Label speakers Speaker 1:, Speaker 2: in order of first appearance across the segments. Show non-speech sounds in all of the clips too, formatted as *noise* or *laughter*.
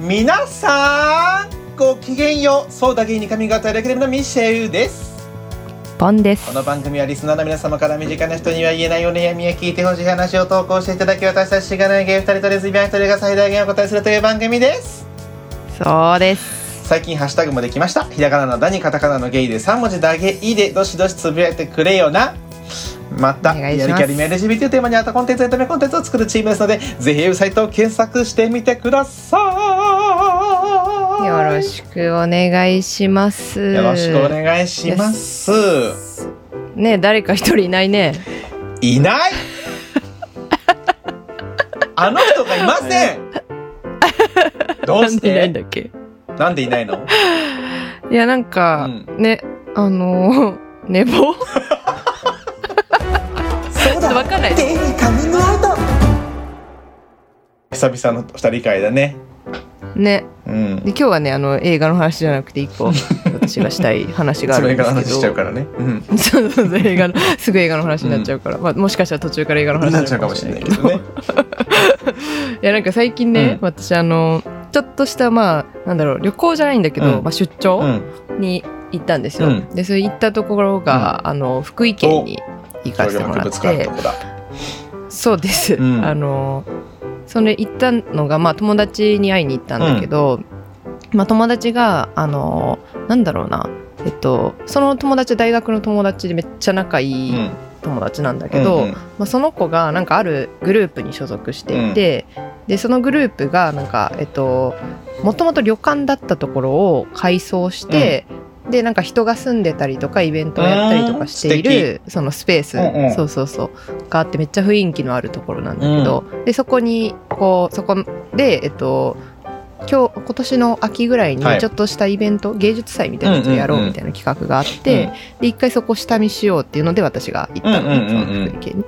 Speaker 1: 皆さんごきげんようそうだけに髪型レクレムのミシェウです
Speaker 2: ポンです
Speaker 1: この番組はリスナーの皆様から身近な人には言えないお悩みや聞いてほしい話を投稿していただき私たちしがない芸2人とレズビアン1人が最大限お答えするという番組です
Speaker 2: そうです
Speaker 1: 最近ハッシュタグもできましたひらがなの「だ」にカタカナの「ゲイ」で3文字だけ「い」でどしどしつぶやいてくれよなまた
Speaker 2: お
Speaker 1: や
Speaker 2: 願い
Speaker 1: る
Speaker 2: します
Speaker 1: 気ありみ LGBT をテーマにあったコンテンツエンタメコンテンツを作るチームですのでぜひウェブサイトを検索してみてください
Speaker 2: よろしくお願いします
Speaker 1: よろしくお願いします。
Speaker 2: ねえ誰か一人いないね
Speaker 1: いない *laughs* あの人がいませんどう
Speaker 2: なん
Speaker 1: し
Speaker 2: でいないん
Speaker 1: て
Speaker 2: だっけ
Speaker 1: なんでいないの
Speaker 2: いやなんか、
Speaker 1: う
Speaker 2: ねあのー *laughs* 寝坊
Speaker 1: そう
Speaker 2: わかんない
Speaker 1: ゲイにカミングアウト久々の二人会だね。
Speaker 2: ね
Speaker 1: うん
Speaker 2: で。今日はねあの映画の話じゃなくて一
Speaker 1: *laughs*
Speaker 2: 個私がしたい話があ
Speaker 1: そ
Speaker 2: る
Speaker 1: れ
Speaker 2: んで
Speaker 1: が
Speaker 2: すけど
Speaker 1: 話しちゃうからね。うん。
Speaker 2: そうそうそう映画のすぐ映画の話になっちゃうから、まあ、もしかしたら途中から映画の話
Speaker 1: なっちゃうかもしれないけど
Speaker 2: *laughs*
Speaker 1: ね。
Speaker 2: いやなんか最近
Speaker 1: うん
Speaker 2: ね、私あのちょっとしたまあなんだろう旅行じゃないんだけど、
Speaker 1: うん
Speaker 2: まあ、出
Speaker 1: う
Speaker 2: 張
Speaker 1: ん。
Speaker 2: に行ったんですよ、
Speaker 1: うん
Speaker 2: でそれ行ったところが、あの福井県に行か
Speaker 1: 商
Speaker 2: せ
Speaker 1: 業
Speaker 2: ても
Speaker 1: 博
Speaker 2: らっ
Speaker 1: 物館
Speaker 2: て
Speaker 1: のとこだ。
Speaker 2: そうです、
Speaker 1: うん
Speaker 2: *laughs* あのそれ行ったのが、まあ、友達に会いに行ったんだけど、まあ、友達があのなんだろうなえっと、その友達は大学の友達でめっちゃ仲いうい
Speaker 1: ん。
Speaker 2: 友達なんだけど、
Speaker 1: うんうん
Speaker 2: まあ、その子がなんかあるグループに所属していて、でそのグループがなんかえっともともと旅館だったところを改装して、でなんか人が住んでたりとかイベントをやったりとかして
Speaker 1: う
Speaker 2: い
Speaker 1: ん
Speaker 2: るそのスペース、
Speaker 1: うんうん
Speaker 2: そうそうそうがあってめっちゃ雰囲気のあるところなんだけど、でそこにこうそこでえっと今日今年の秋ぐらいに
Speaker 1: はい
Speaker 2: ちょっとしたイベント、芸術祭みたいなやつをやろうみたいな企画があって、
Speaker 1: うんうんうん
Speaker 2: で一回そこ下見しようっていうので私が行ったのね、
Speaker 1: うんうんうんうん
Speaker 2: その福井県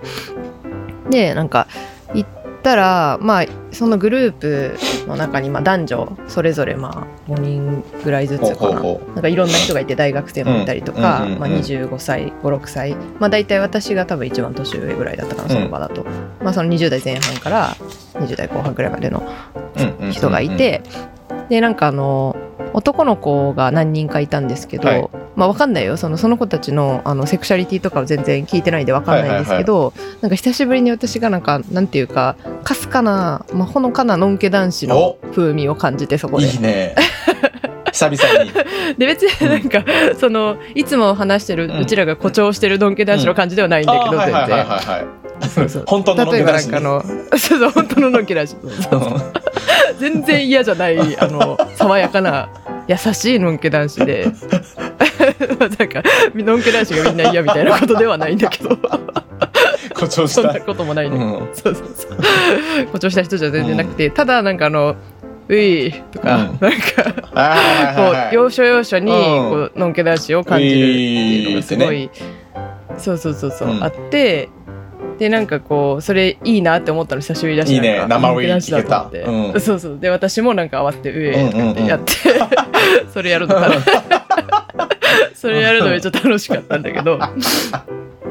Speaker 2: に。でなんか行ったらまあそのグループの中にまあ男女それぞれまあ5人ぐらいずつ
Speaker 1: ほう
Speaker 2: かな
Speaker 1: ほうほ
Speaker 2: なんかいろんな人がいて大学生もいたりとか、
Speaker 1: うんうんうんうん
Speaker 2: まあ、25歳56歳、まあ、大体私が多分一番年上ぐらいだったかなその場だと、まあ、その20代前半から20代後半ぐらいまでの
Speaker 1: ううんうんうん。
Speaker 2: 人がいて、でなんかあの男の子が何人かいたんですけど、
Speaker 1: はい
Speaker 2: まあわかんないよそのその子たちのあのセクシャリティとかは全然聞いてないんでわかんないんですけど、なんか久しぶりに私がなんかなんていうかかすかな、まあ、ほのかなのんけ男子の風味を感じてそこで
Speaker 1: いい
Speaker 2: *laughs*
Speaker 1: ね。久々に。
Speaker 2: で別になんか、そのいつも話してる、
Speaker 1: う
Speaker 2: うんちらが誇張してるドンケ男子の感じではないんだ
Speaker 1: あ
Speaker 2: け
Speaker 1: ー
Speaker 2: ど、
Speaker 1: はい
Speaker 2: 全
Speaker 1: はいはい
Speaker 2: 然。
Speaker 1: は
Speaker 2: そ
Speaker 1: いう
Speaker 2: そ
Speaker 1: は
Speaker 2: う
Speaker 1: い。本当の
Speaker 2: 例え
Speaker 1: 飲
Speaker 2: ば
Speaker 1: み
Speaker 2: な
Speaker 1: 話
Speaker 2: ん
Speaker 1: ね
Speaker 2: かあの、そうそう、本当ののんけ男子。全然嫌じゃない、
Speaker 1: *laughs*
Speaker 2: あの、爽やかな、優しいのんけ男子で。 *laughs* なんか、のんけ男子がみんな嫌みたいなことではないん
Speaker 1: *laughs*
Speaker 2: だけど、
Speaker 1: 誇張し
Speaker 2: そん
Speaker 1: た
Speaker 2: な。こともないんだけど
Speaker 1: うん。
Speaker 2: そうそうそう。誇張した人じゃ全然なくて、ただなんかあの、ういとか、
Speaker 1: うん
Speaker 2: なんか、
Speaker 1: あーはいはい
Speaker 2: こ
Speaker 1: は
Speaker 2: う
Speaker 1: い
Speaker 2: 要所要所に
Speaker 1: うん
Speaker 2: こうのんけ男子を感じるっていうのがすごい、そうそうそうそう、
Speaker 1: うん
Speaker 2: あってでなんかこうそれいいなって思ったの久しぶりだし
Speaker 1: いいね
Speaker 2: なんか
Speaker 1: 生
Speaker 2: のんけ男子だと思っ
Speaker 1: ウィー聞けたう
Speaker 2: て
Speaker 1: ん
Speaker 2: そうそうで私もなんか慌てて「うえ」とかってやって、 *laughs* それやるのかな
Speaker 1: う *laughs*
Speaker 2: それやるのめっちゃ楽しかったんだけど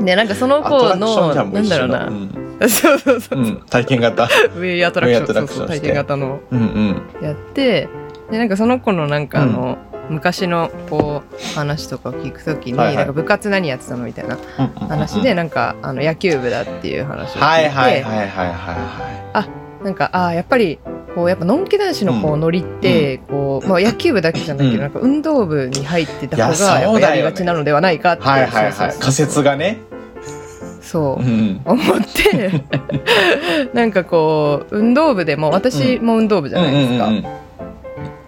Speaker 2: でなんかそ
Speaker 1: ん
Speaker 2: の
Speaker 1: アト
Speaker 2: 子
Speaker 1: ラクション
Speaker 2: の
Speaker 1: じゃ
Speaker 2: なんん
Speaker 1: もう一
Speaker 2: だろ
Speaker 1: 緒
Speaker 2: う
Speaker 1: だ
Speaker 2: な、そうそうそう
Speaker 1: うんうん体験型
Speaker 2: 「ウェイアトラクション」
Speaker 1: ウェイアトラ
Speaker 2: そう
Speaker 1: クショ
Speaker 2: そ
Speaker 1: ン
Speaker 2: う
Speaker 1: して
Speaker 2: 体験型の
Speaker 1: うんうん
Speaker 2: やってでなんかその子のなんかあの、昔のこう話とかを聞くときに、
Speaker 1: はいはい
Speaker 2: なんか部活何やってたのみたいな話で、なんかあの野球部だっていう話を聞いて、
Speaker 1: はいはいはいはいはいは
Speaker 2: なんかあーやっぱりこうやっぱのんけ男子のこ
Speaker 1: う
Speaker 2: うんノリって、こうまあ、野球部だけじゃない
Speaker 1: う
Speaker 2: けど、
Speaker 1: ん
Speaker 2: なんか運動部に入ってた方
Speaker 1: いや
Speaker 2: がやっ
Speaker 1: そうだ
Speaker 2: ぱ
Speaker 1: よ
Speaker 2: や
Speaker 1: ね
Speaker 2: りがちなのではないかって
Speaker 1: いはいはいはい
Speaker 2: そうそうそう
Speaker 1: 仮説がね
Speaker 2: そう
Speaker 1: う、ん
Speaker 2: 思って *laughs* なんかこう運動部でも私も運動部じゃないですか、
Speaker 1: うんうんうん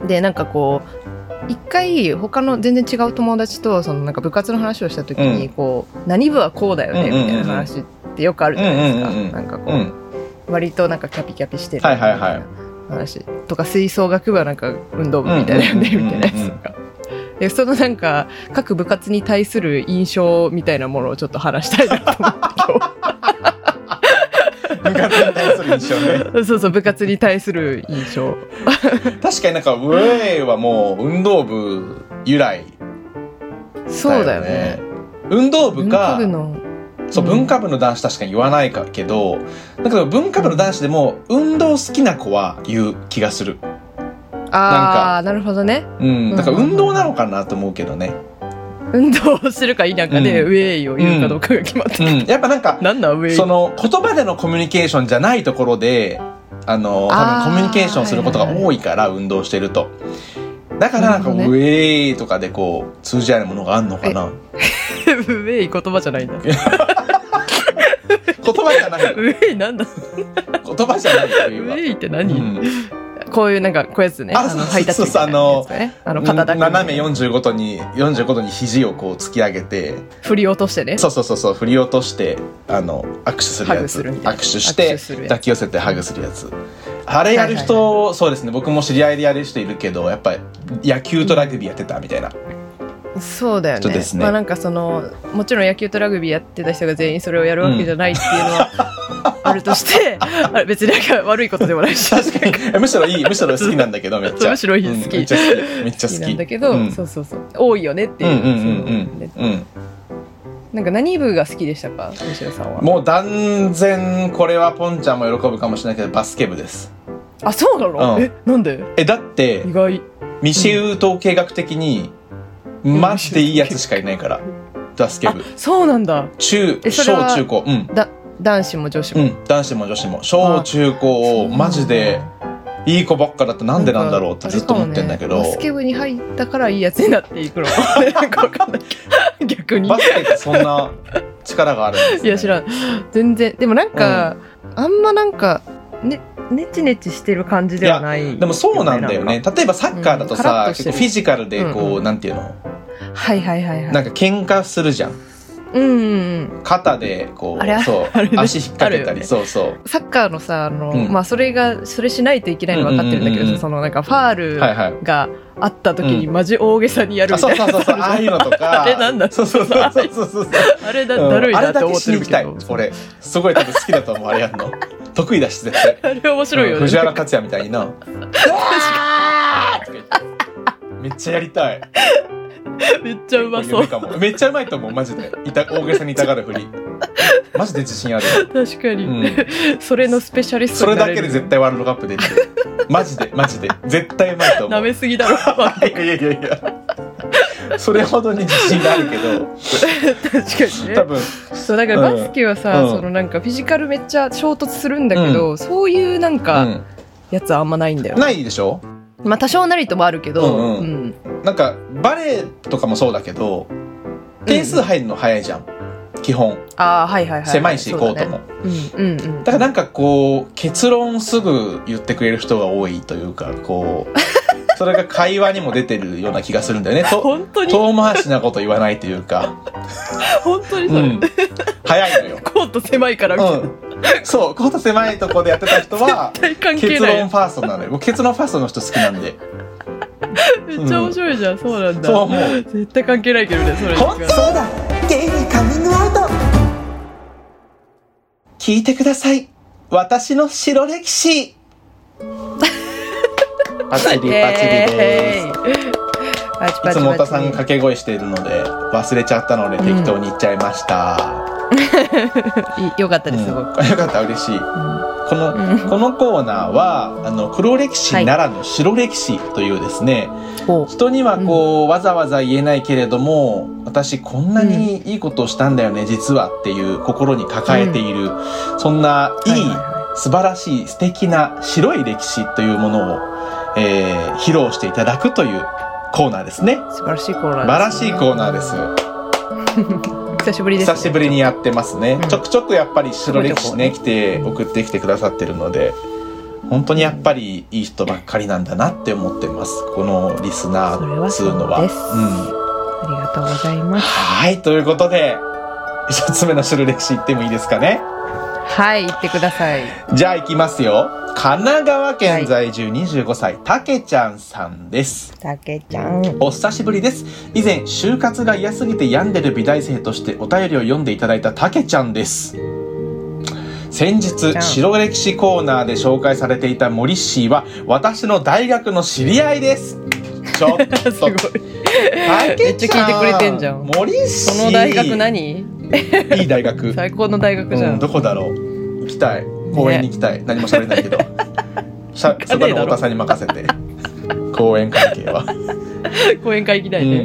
Speaker 2: でなんかこう一回他の全然違う友達とそのなんか部活の話をした時
Speaker 1: う
Speaker 2: に、
Speaker 1: ん
Speaker 2: こう何部はこうだよ
Speaker 1: うんう
Speaker 2: ね
Speaker 1: んうんうん
Speaker 2: みたいな話ってよくあるじゃないですか、
Speaker 1: うんうんうんうん
Speaker 2: なんかこ
Speaker 1: う
Speaker 2: う、
Speaker 1: ん
Speaker 2: 割となんかキャピキャピしてる
Speaker 1: はいはいはい
Speaker 2: みたいな話とか吹奏楽部はなんか運動部みたいだよね
Speaker 1: うんうんうんうん
Speaker 2: みたいなやつとか。でそのなんか各部活に対する印象みたいなものをちょっと話したい
Speaker 1: *laughs*
Speaker 2: なと思って今日
Speaker 1: 部活に対する印象ね
Speaker 2: そうそう部活に対する印象
Speaker 1: *laughs* 確かになんかウェイはもう運動部由来
Speaker 2: そうだよね
Speaker 1: 運動部か
Speaker 2: 文化部の
Speaker 1: そう
Speaker 2: うん
Speaker 1: 文化部の男子確かに言わないかけどだけど文化部の男子でも運動好きな子は言う気がする
Speaker 2: ああなるほどね
Speaker 1: うん、だから運動なのかなと思うけどね、
Speaker 2: 運動をするか否かで、
Speaker 1: うん
Speaker 2: ウェイを言うかどうかが決まって
Speaker 1: う
Speaker 2: る、
Speaker 1: ん、やっぱなんか
Speaker 2: なんなんウェイ
Speaker 1: その言葉でのコミュニケーションじゃないところであの
Speaker 2: あー
Speaker 1: 多分コミュニケーションすることが多いから運動してるとだからなんか「
Speaker 2: なる
Speaker 1: ウ
Speaker 2: ほど
Speaker 1: ェー」とかでこう通じ合うものがあるのかな
Speaker 2: *laughs* ウェイ言葉じゃないんだウ
Speaker 1: 言葉じゃない
Speaker 2: ェイなんだ
Speaker 1: 言葉じゃないと
Speaker 2: ウ
Speaker 1: いうか
Speaker 2: ェイって
Speaker 1: う
Speaker 2: 何、
Speaker 1: ん
Speaker 2: こういうなんかこういうやつね
Speaker 1: あ
Speaker 2: の
Speaker 1: そうそう
Speaker 2: ハイタッチみたいなやつねあの肩だけで
Speaker 1: 斜め45度に45度に肘をこう突き上げて
Speaker 2: 振り落としてね
Speaker 1: そうそうそうそう振り落としてあの握手する
Speaker 2: ハ
Speaker 1: や
Speaker 2: グ
Speaker 1: つ
Speaker 2: するみた
Speaker 1: 握
Speaker 2: いな
Speaker 1: 手し
Speaker 2: 握
Speaker 1: て
Speaker 2: 手するやつ
Speaker 1: 抱き寄せてハグするやつあれやる人、
Speaker 2: はい
Speaker 1: そうですね僕も知り合いでやる人いるけどやっぱり野球とラグビーやってたみたいな、
Speaker 2: そうだよ
Speaker 1: そ
Speaker 2: ね
Speaker 1: うですね
Speaker 2: まあなんかそのもちろん野球とラグビーやってた人が全員それをやるわけじゃないっていうのは、
Speaker 1: *laughs*
Speaker 2: あるとしてあれ別になんか悪いことでもないし
Speaker 1: 確
Speaker 2: *laughs*
Speaker 1: かにむしろいいむしろ好きなんだけどめっちゃ
Speaker 2: むしろいい好き
Speaker 1: うんめっちゃ好きめっちゃ好き
Speaker 2: なんだけど、
Speaker 1: うん
Speaker 2: そうそうそう多いよねって
Speaker 1: うん
Speaker 2: いうう,、
Speaker 1: んうんうんうん
Speaker 2: なんか何部が好きでしたか西野さんは
Speaker 1: もう断然これはポンちゃんも喜ぶかもしれないけどバスケ部です
Speaker 2: あそうなの、
Speaker 1: うん
Speaker 2: えなんで
Speaker 1: えだって
Speaker 2: 意外
Speaker 1: ミシェウ統計学的に
Speaker 2: ん
Speaker 1: マジでいいやつしかいないからバスケ
Speaker 2: あ
Speaker 1: 部
Speaker 2: そうなんだ
Speaker 1: 中
Speaker 2: えそれは
Speaker 1: 小中高うん
Speaker 2: だ男子も女子
Speaker 1: う
Speaker 2: も、
Speaker 1: ん、男子も女子も小中高をマジでいい子ばっかだとなんでなんだろうってずっと思ってんだけど、
Speaker 2: あれかもねバスケ部に入ったからいいやつになってい
Speaker 1: *laughs*
Speaker 2: くのなんかわかんない逆に
Speaker 1: バスケってそんな力があるんです、ね、
Speaker 2: いや知らん全然でもなんか、あんまなんかねネチネチしてる感じではない
Speaker 1: でもそうなんだよね
Speaker 2: なんか
Speaker 1: 例えばサッカーだと
Speaker 2: うんカラ
Speaker 1: さ、
Speaker 2: ッとして
Speaker 1: 結
Speaker 2: る
Speaker 1: 構フィジカルでこう、
Speaker 2: うんうん
Speaker 1: なんていうの
Speaker 2: はいはいはいはい
Speaker 1: なんか喧嘩するじゃん
Speaker 2: うんうん
Speaker 1: 肩でこ
Speaker 2: あれ
Speaker 1: うそう
Speaker 2: *laughs* あれね
Speaker 1: 足引っ掛けた
Speaker 2: あ
Speaker 1: り、
Speaker 2: るよね
Speaker 1: そうそう
Speaker 2: サッカーのさあの、
Speaker 1: うん
Speaker 2: まあそれがそれしないといけないの分かってるんだけ
Speaker 1: うんうん
Speaker 2: ど、
Speaker 1: うんうん
Speaker 2: そのなんかファー
Speaker 1: はい
Speaker 2: ル
Speaker 1: はい
Speaker 2: があった時にマジ大げさにやる
Speaker 1: あ
Speaker 2: みた
Speaker 1: そう
Speaker 2: いな、
Speaker 1: そうそうそうああいうのとか
Speaker 2: *laughs* あれなんだ
Speaker 1: そうそうそうそうそうそう
Speaker 2: あれだ
Speaker 1: うん
Speaker 2: だるい
Speaker 1: あ
Speaker 2: な
Speaker 1: れ
Speaker 2: って
Speaker 1: だ
Speaker 2: 思
Speaker 1: け
Speaker 2: っ
Speaker 1: してに行
Speaker 2: る
Speaker 1: き
Speaker 2: け
Speaker 1: たい
Speaker 2: ど
Speaker 1: 俺すごい多分好きだと思うあれやんの得意だし絶対
Speaker 2: あれ面白いよね、
Speaker 1: 藤原克也みたいになめっちゃやりたい。
Speaker 2: *laughs* めっちゃうまそう
Speaker 1: 夢かもめっちゃうまいと思う、マジで。いた大げさに痛がるふり。マジで自信ある。
Speaker 2: 確かに、
Speaker 1: う
Speaker 2: それのスペシャリス
Speaker 1: そ
Speaker 2: ト
Speaker 1: れ
Speaker 2: にな
Speaker 1: だ
Speaker 2: れる
Speaker 1: けで絶対ワールドカップ出てる。マジで、マジで。絶対うまいと思
Speaker 2: 舐
Speaker 1: う。
Speaker 2: めす
Speaker 1: *laughs*
Speaker 2: ぎだろ確か
Speaker 1: いやいやいやいや。それほどに自信があるけど、
Speaker 2: にね
Speaker 1: 多分、
Speaker 2: そうだから
Speaker 1: うん
Speaker 2: バスケはさ、
Speaker 1: うん
Speaker 2: そのなんかフィジカルめっちゃ衝突するんだけど、そういうなんか
Speaker 1: う
Speaker 2: やつはあんまないんだよ、
Speaker 1: ん、ないでしょ
Speaker 2: まあ多少なりともあるけど、
Speaker 1: うんう
Speaker 2: うん
Speaker 1: なんか、バレエとかもそうだけど、点数入るの早いじゃん。基本。
Speaker 2: ああはいはいはい
Speaker 1: 狭いし、コートも。
Speaker 2: そうだね、うんうんうん
Speaker 1: だからなんかこう結論すぐ言ってくれる人が多いというかこ
Speaker 2: *laughs*
Speaker 1: うそれが会話にも出てるような気がするんだよねと
Speaker 2: 本当に
Speaker 1: 遠回しなこと言わないというか、
Speaker 2: 本当に
Speaker 1: う
Speaker 2: それ、
Speaker 1: ん、早いのよ、
Speaker 2: コート狭いからみたいな、
Speaker 1: うん、そうコート狭いとこでやってた人は
Speaker 2: 絶対関係
Speaker 1: 結
Speaker 2: ない
Speaker 1: 論ファーストなのよ僕結論ファーストの人好きなんで
Speaker 2: めっちゃ面白いじゃん、そうなんだ
Speaker 1: そう思う
Speaker 2: 絶対関係ないけどねそれ
Speaker 1: ほんそうだゲイにカミングアウト聞いてください私の白歴
Speaker 2: *laughs*
Speaker 1: 史パチリパチリです
Speaker 2: パチパチパチ
Speaker 1: いつも太田さんが掛け声しているので忘れちゃったので適当に言っちゃいました、
Speaker 2: いよかった
Speaker 1: うん
Speaker 2: です、すごく、
Speaker 1: よかった嬉しい
Speaker 2: うん
Speaker 1: この、
Speaker 2: うん
Speaker 1: このコーナーはあの黒歴史ならぬ白歴史というですね、
Speaker 2: ほ
Speaker 1: 人にはこう、わざわざ言えないけれども私こんなにいいことをしたんだよね、実はっていう心に抱えている、そんな
Speaker 2: う
Speaker 1: いい、
Speaker 2: ははは
Speaker 1: 素晴らしい素敵な白い歴史というものを、えー披露していただくというコーナーですね
Speaker 2: 素晴らしいコーナ
Speaker 1: 素
Speaker 2: ー
Speaker 1: 晴
Speaker 2: で
Speaker 1: ら
Speaker 2: す
Speaker 1: しいコーナーです。
Speaker 2: す久しぶりです、
Speaker 1: 久しぶりにやってますね、
Speaker 2: うん
Speaker 1: ちょくちょくやっぱり白歴史ね来て送ってきてくださってるので本当にやっぱりいい人ばっかりなんだなって思ってますこのリスナ
Speaker 2: それは
Speaker 1: ーっつう
Speaker 2: そう
Speaker 1: のは
Speaker 2: です
Speaker 1: うん、
Speaker 2: ありがとうございます
Speaker 1: はいということで一つ目の白歴史言ってもいいですかね
Speaker 2: はい行ってください
Speaker 1: じゃあ行きますよ神奈川県在住25歳たけちゃんさんです
Speaker 2: たけちゃん
Speaker 1: お久しぶりです。以前、就活が嫌すぎて病んでる美大生としてお便りを読んでいただいたたけちゃんです。先
Speaker 2: ちゃ
Speaker 1: 日、
Speaker 2: ん
Speaker 1: 白歴史コーナーで紹介されていたモリッシーは、私の大学の知り合いです。ちょっ
Speaker 2: *laughs* す
Speaker 1: と、
Speaker 2: ごい
Speaker 1: た
Speaker 2: め
Speaker 1: け
Speaker 2: っちゃ
Speaker 1: ち
Speaker 2: 聞
Speaker 1: ゃん。
Speaker 2: いてくれてんじゃん
Speaker 1: モリッシー。
Speaker 2: その大学何
Speaker 1: いい大学。
Speaker 2: 最高の大学じゃ、
Speaker 1: うんん、どこだろう行きた
Speaker 2: *laughs*
Speaker 1: い公園に行きたい、何も喋れないけどしゃ
Speaker 2: 行か
Speaker 1: そ
Speaker 2: ね
Speaker 1: こ
Speaker 2: えだろ
Speaker 1: の太田さんに任せて講演会系
Speaker 2: *laughs*
Speaker 1: は、
Speaker 2: 講演会行きた
Speaker 1: う
Speaker 2: いね、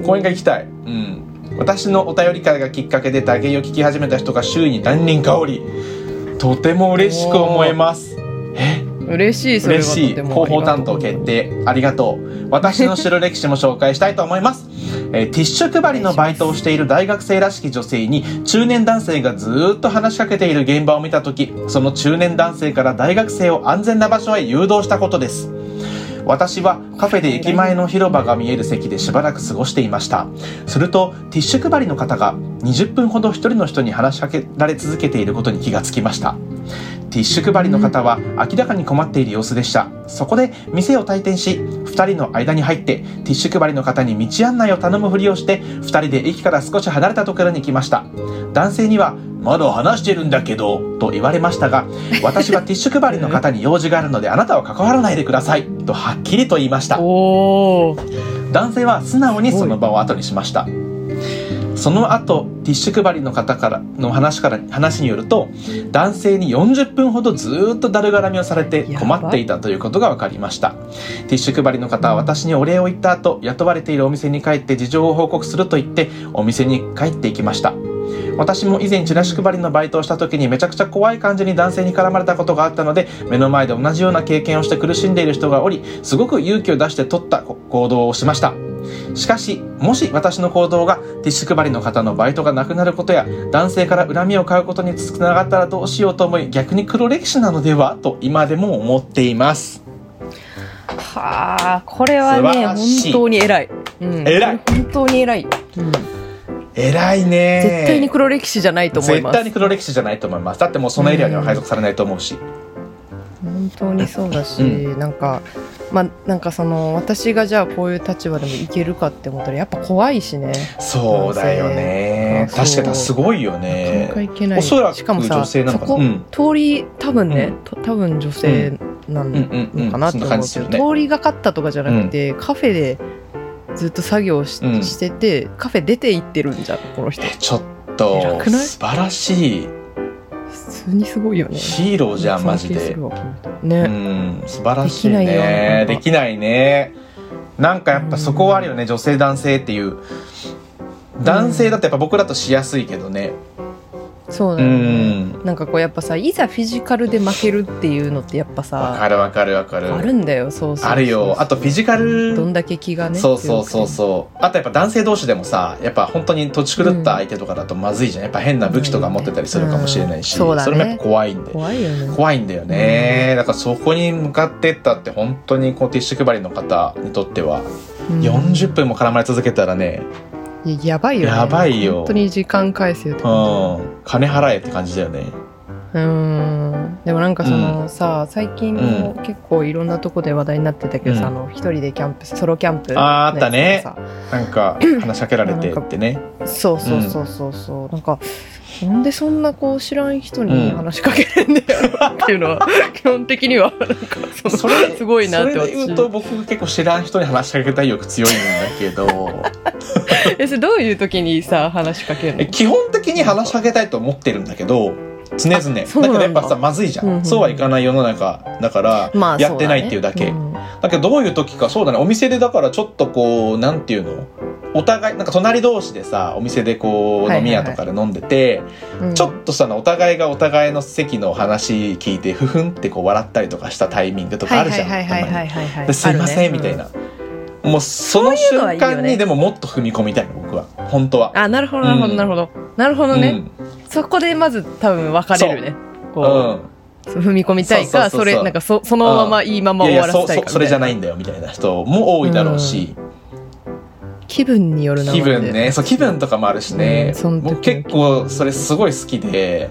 Speaker 1: ん、講演会行きたい、うん、私のお便り会がきっかけで打芸を聞き始めた人が周囲に何人かおりとても嬉しく思いますえ
Speaker 2: 嬉しいそれは
Speaker 1: 嬉しい
Speaker 2: とても
Speaker 1: 広報担当決定ありがとう私の白歴史も紹介したいと思います、 *laughs* えーティッシュ配りのバイトをしている大学生らしき女性に中年男性がずーっと話しかけている現場を見た時その中年男性から大学生を安全な場所へ誘導したことです私はカフェで駅前の広場が見える席でしばらく過ごしていましたするとティッシュ配りの方が20分ほど一人の人に話しかけられ続けていることに気がつきましたティッシュ配りの方は明らかに困っている様子でしたそこで店を退店し2人の間に入ってティッシュ配りの方に道案内を頼むふりをして2人で駅から少し離れたところに来ました男性には「まだ話してるんだけど」と言われましたが私はティッシュ配りの方に用事があるのであなたは関わらないでくださいとはっきりと言いました
Speaker 2: おお
Speaker 1: 男性は素直にその場を後にしましたその後ティッシュ配りの方からの話から話によると男性に40分ほどずーっとだるがらみをされて
Speaker 2: やば
Speaker 1: 困っていたということが分かりましたティッシュ配りの方は私にお礼を言った後雇われているお店に帰って事情を報告すると言ってお店に帰っていきました私も以前チラシ配りのバイトをした時にめちゃくちゃ怖い感じに男性に絡まれたことがあったので目の前で同じような経験をして苦しんでいる人がおりすごく勇気を出して取った行動をしましたしかしもし私の行動がティッシュ配りの方のバイトがなくなることや男性から恨みを買うことにつながったらどうしようと思い逆に黒歴史なのではと今でも思っています
Speaker 2: はあこれは
Speaker 1: 素晴
Speaker 2: ね
Speaker 1: らしい
Speaker 2: 本当に偉い、うん、
Speaker 1: 偉い
Speaker 2: 本当に偉い、うん
Speaker 1: 偉いね
Speaker 2: 絶対に黒歴史じゃないと思いま
Speaker 1: 絶対
Speaker 2: す
Speaker 1: に黒歴史じゃないと思いますだってもうそのエリアには配属されないと思うし
Speaker 2: 本当にそうだし、
Speaker 1: う
Speaker 2: なんかまあなんかその私がじゃあこういう立場でもいけるかって思ったらやっぱ怖いしね
Speaker 1: そうだよね
Speaker 2: 男
Speaker 1: 確
Speaker 2: 性
Speaker 1: かにすごいよ
Speaker 2: な
Speaker 1: ね
Speaker 2: かなかいけない
Speaker 1: おそらく
Speaker 2: しかもさ
Speaker 1: 女性なのかな
Speaker 2: そこ、
Speaker 1: うん
Speaker 2: 通り多分ね、と多分女性なん
Speaker 1: うんうんうん
Speaker 2: のかなって
Speaker 1: そんな
Speaker 2: 思
Speaker 1: 感
Speaker 2: うけど、
Speaker 1: じするね
Speaker 2: 通りがかったとかじゃなくて、カフェでずっと作業し,、
Speaker 1: うん
Speaker 2: しててカフェ出て行ってるんじゃんこの人
Speaker 1: えちょっと
Speaker 2: 偉くない
Speaker 1: 素晴らしい
Speaker 2: 普通にすごいよね
Speaker 1: ヒーローじゃんマジ
Speaker 2: 尊敬す
Speaker 1: で
Speaker 2: るわこの人
Speaker 1: う
Speaker 2: ね、
Speaker 1: ん素晴らしいね
Speaker 2: できない
Speaker 1: できない
Speaker 2: よなんか
Speaker 1: ねなんかやっぱそこはあるよね女性男性っていう男性だとやっぱ僕だとしやすいけどね
Speaker 2: そう
Speaker 1: う
Speaker 2: だよね、
Speaker 1: ん
Speaker 2: なんかこうやっぱさいざフィジカルで負けるっていうのってやっぱ
Speaker 1: わ
Speaker 2: さ
Speaker 1: かるわかるわかる
Speaker 2: あるんだよそうそうそう
Speaker 1: あるよあとフィジカル
Speaker 2: どんだけ気がね
Speaker 1: そうそうそう
Speaker 2: う
Speaker 1: そうあとやっぱ男性同士でもさやっぱ本当に土地狂った相手とかだとまずいじゃんやっぱ変な武器とか持ってたりするかもしれないし、
Speaker 2: うんそうだね
Speaker 1: れもやっぱ怖いんで
Speaker 2: 怖いよね
Speaker 1: 怖いんだよね、だからそこに向かってったって本当にこうティッシュ配りの方にとっては、
Speaker 2: うん
Speaker 1: 40分も絡まれ続けたらね
Speaker 2: いややばいよ、ね、
Speaker 1: やばいよ
Speaker 2: 本当に時間返せよって
Speaker 1: う
Speaker 2: 感
Speaker 1: ん金払えって感じだよね
Speaker 2: じうんでもなんかその、さ最近も結構いろんなとこで話題になってたけどさ、
Speaker 1: うん
Speaker 2: あの一人でキャンプソロキャンプ
Speaker 1: あーあったね
Speaker 2: のやつとか
Speaker 1: なん
Speaker 2: *clears throat*
Speaker 1: か話しかけられてってね
Speaker 2: さそうそうそうそうそう、なんかなんでそんなこう知らん人に話しかけるんだよっていうの
Speaker 1: *laughs*
Speaker 2: は、基本的にはなんかその
Speaker 1: それ
Speaker 2: *laughs* すごいなって
Speaker 1: それで言うと僕結構知らん人に話しかけたい欲強いんだけど
Speaker 2: *laughs* えそれどういう時にさ話しかけるの
Speaker 1: え基本的に話しかけたいと思ってるんだけど常々だ
Speaker 2: そうなん
Speaker 1: け
Speaker 2: だ
Speaker 1: どやっぱさまずいじゃん、
Speaker 2: うんうん
Speaker 1: そうはいかない世の中だから
Speaker 2: まあ
Speaker 1: やってないっていうだけだけどどういう時かそうだねお店でだからちょっとこうなんていうのお互いなんか隣同士でさお店でこ
Speaker 2: はいうはいはい
Speaker 1: 飲み屋とかで飲んでて、ちょ
Speaker 2: と
Speaker 1: っとさお互いがお互いの席の話聞いてふふんってこう笑ったりとかしたタイミングとかあるじゃん
Speaker 2: はいはいはい
Speaker 1: た
Speaker 2: は
Speaker 1: ま
Speaker 2: いはいはい
Speaker 1: にですいません、みたい
Speaker 2: な
Speaker 1: なもうその
Speaker 2: そういう
Speaker 1: 瞬
Speaker 2: のはいいよね
Speaker 1: 間にでももっと踏み込みたいの僕は本当は。
Speaker 2: あなるほどなるほ
Speaker 1: う
Speaker 2: ど
Speaker 1: ん
Speaker 2: なるほど、なるほどね、
Speaker 1: うん
Speaker 2: そこでまず多分分かれるね
Speaker 1: う
Speaker 2: こ
Speaker 1: ん
Speaker 2: う、踏み込みたいか
Speaker 1: そうそうそうそう
Speaker 2: それなんかそそのままいいまま
Speaker 1: いやい
Speaker 2: 終わ
Speaker 1: や
Speaker 2: ら
Speaker 1: そ
Speaker 2: せ
Speaker 1: う
Speaker 2: たい
Speaker 1: そ
Speaker 2: か
Speaker 1: う
Speaker 2: みたいな
Speaker 1: それじゃないんだよみたいな人も多いだろうし、
Speaker 2: 気分によるな
Speaker 1: 気
Speaker 2: マ
Speaker 1: 分
Speaker 2: ジ
Speaker 1: ね
Speaker 2: で
Speaker 1: そう気分とかもあるしね
Speaker 2: うん、その時
Speaker 1: 僕結構それすごい好きで、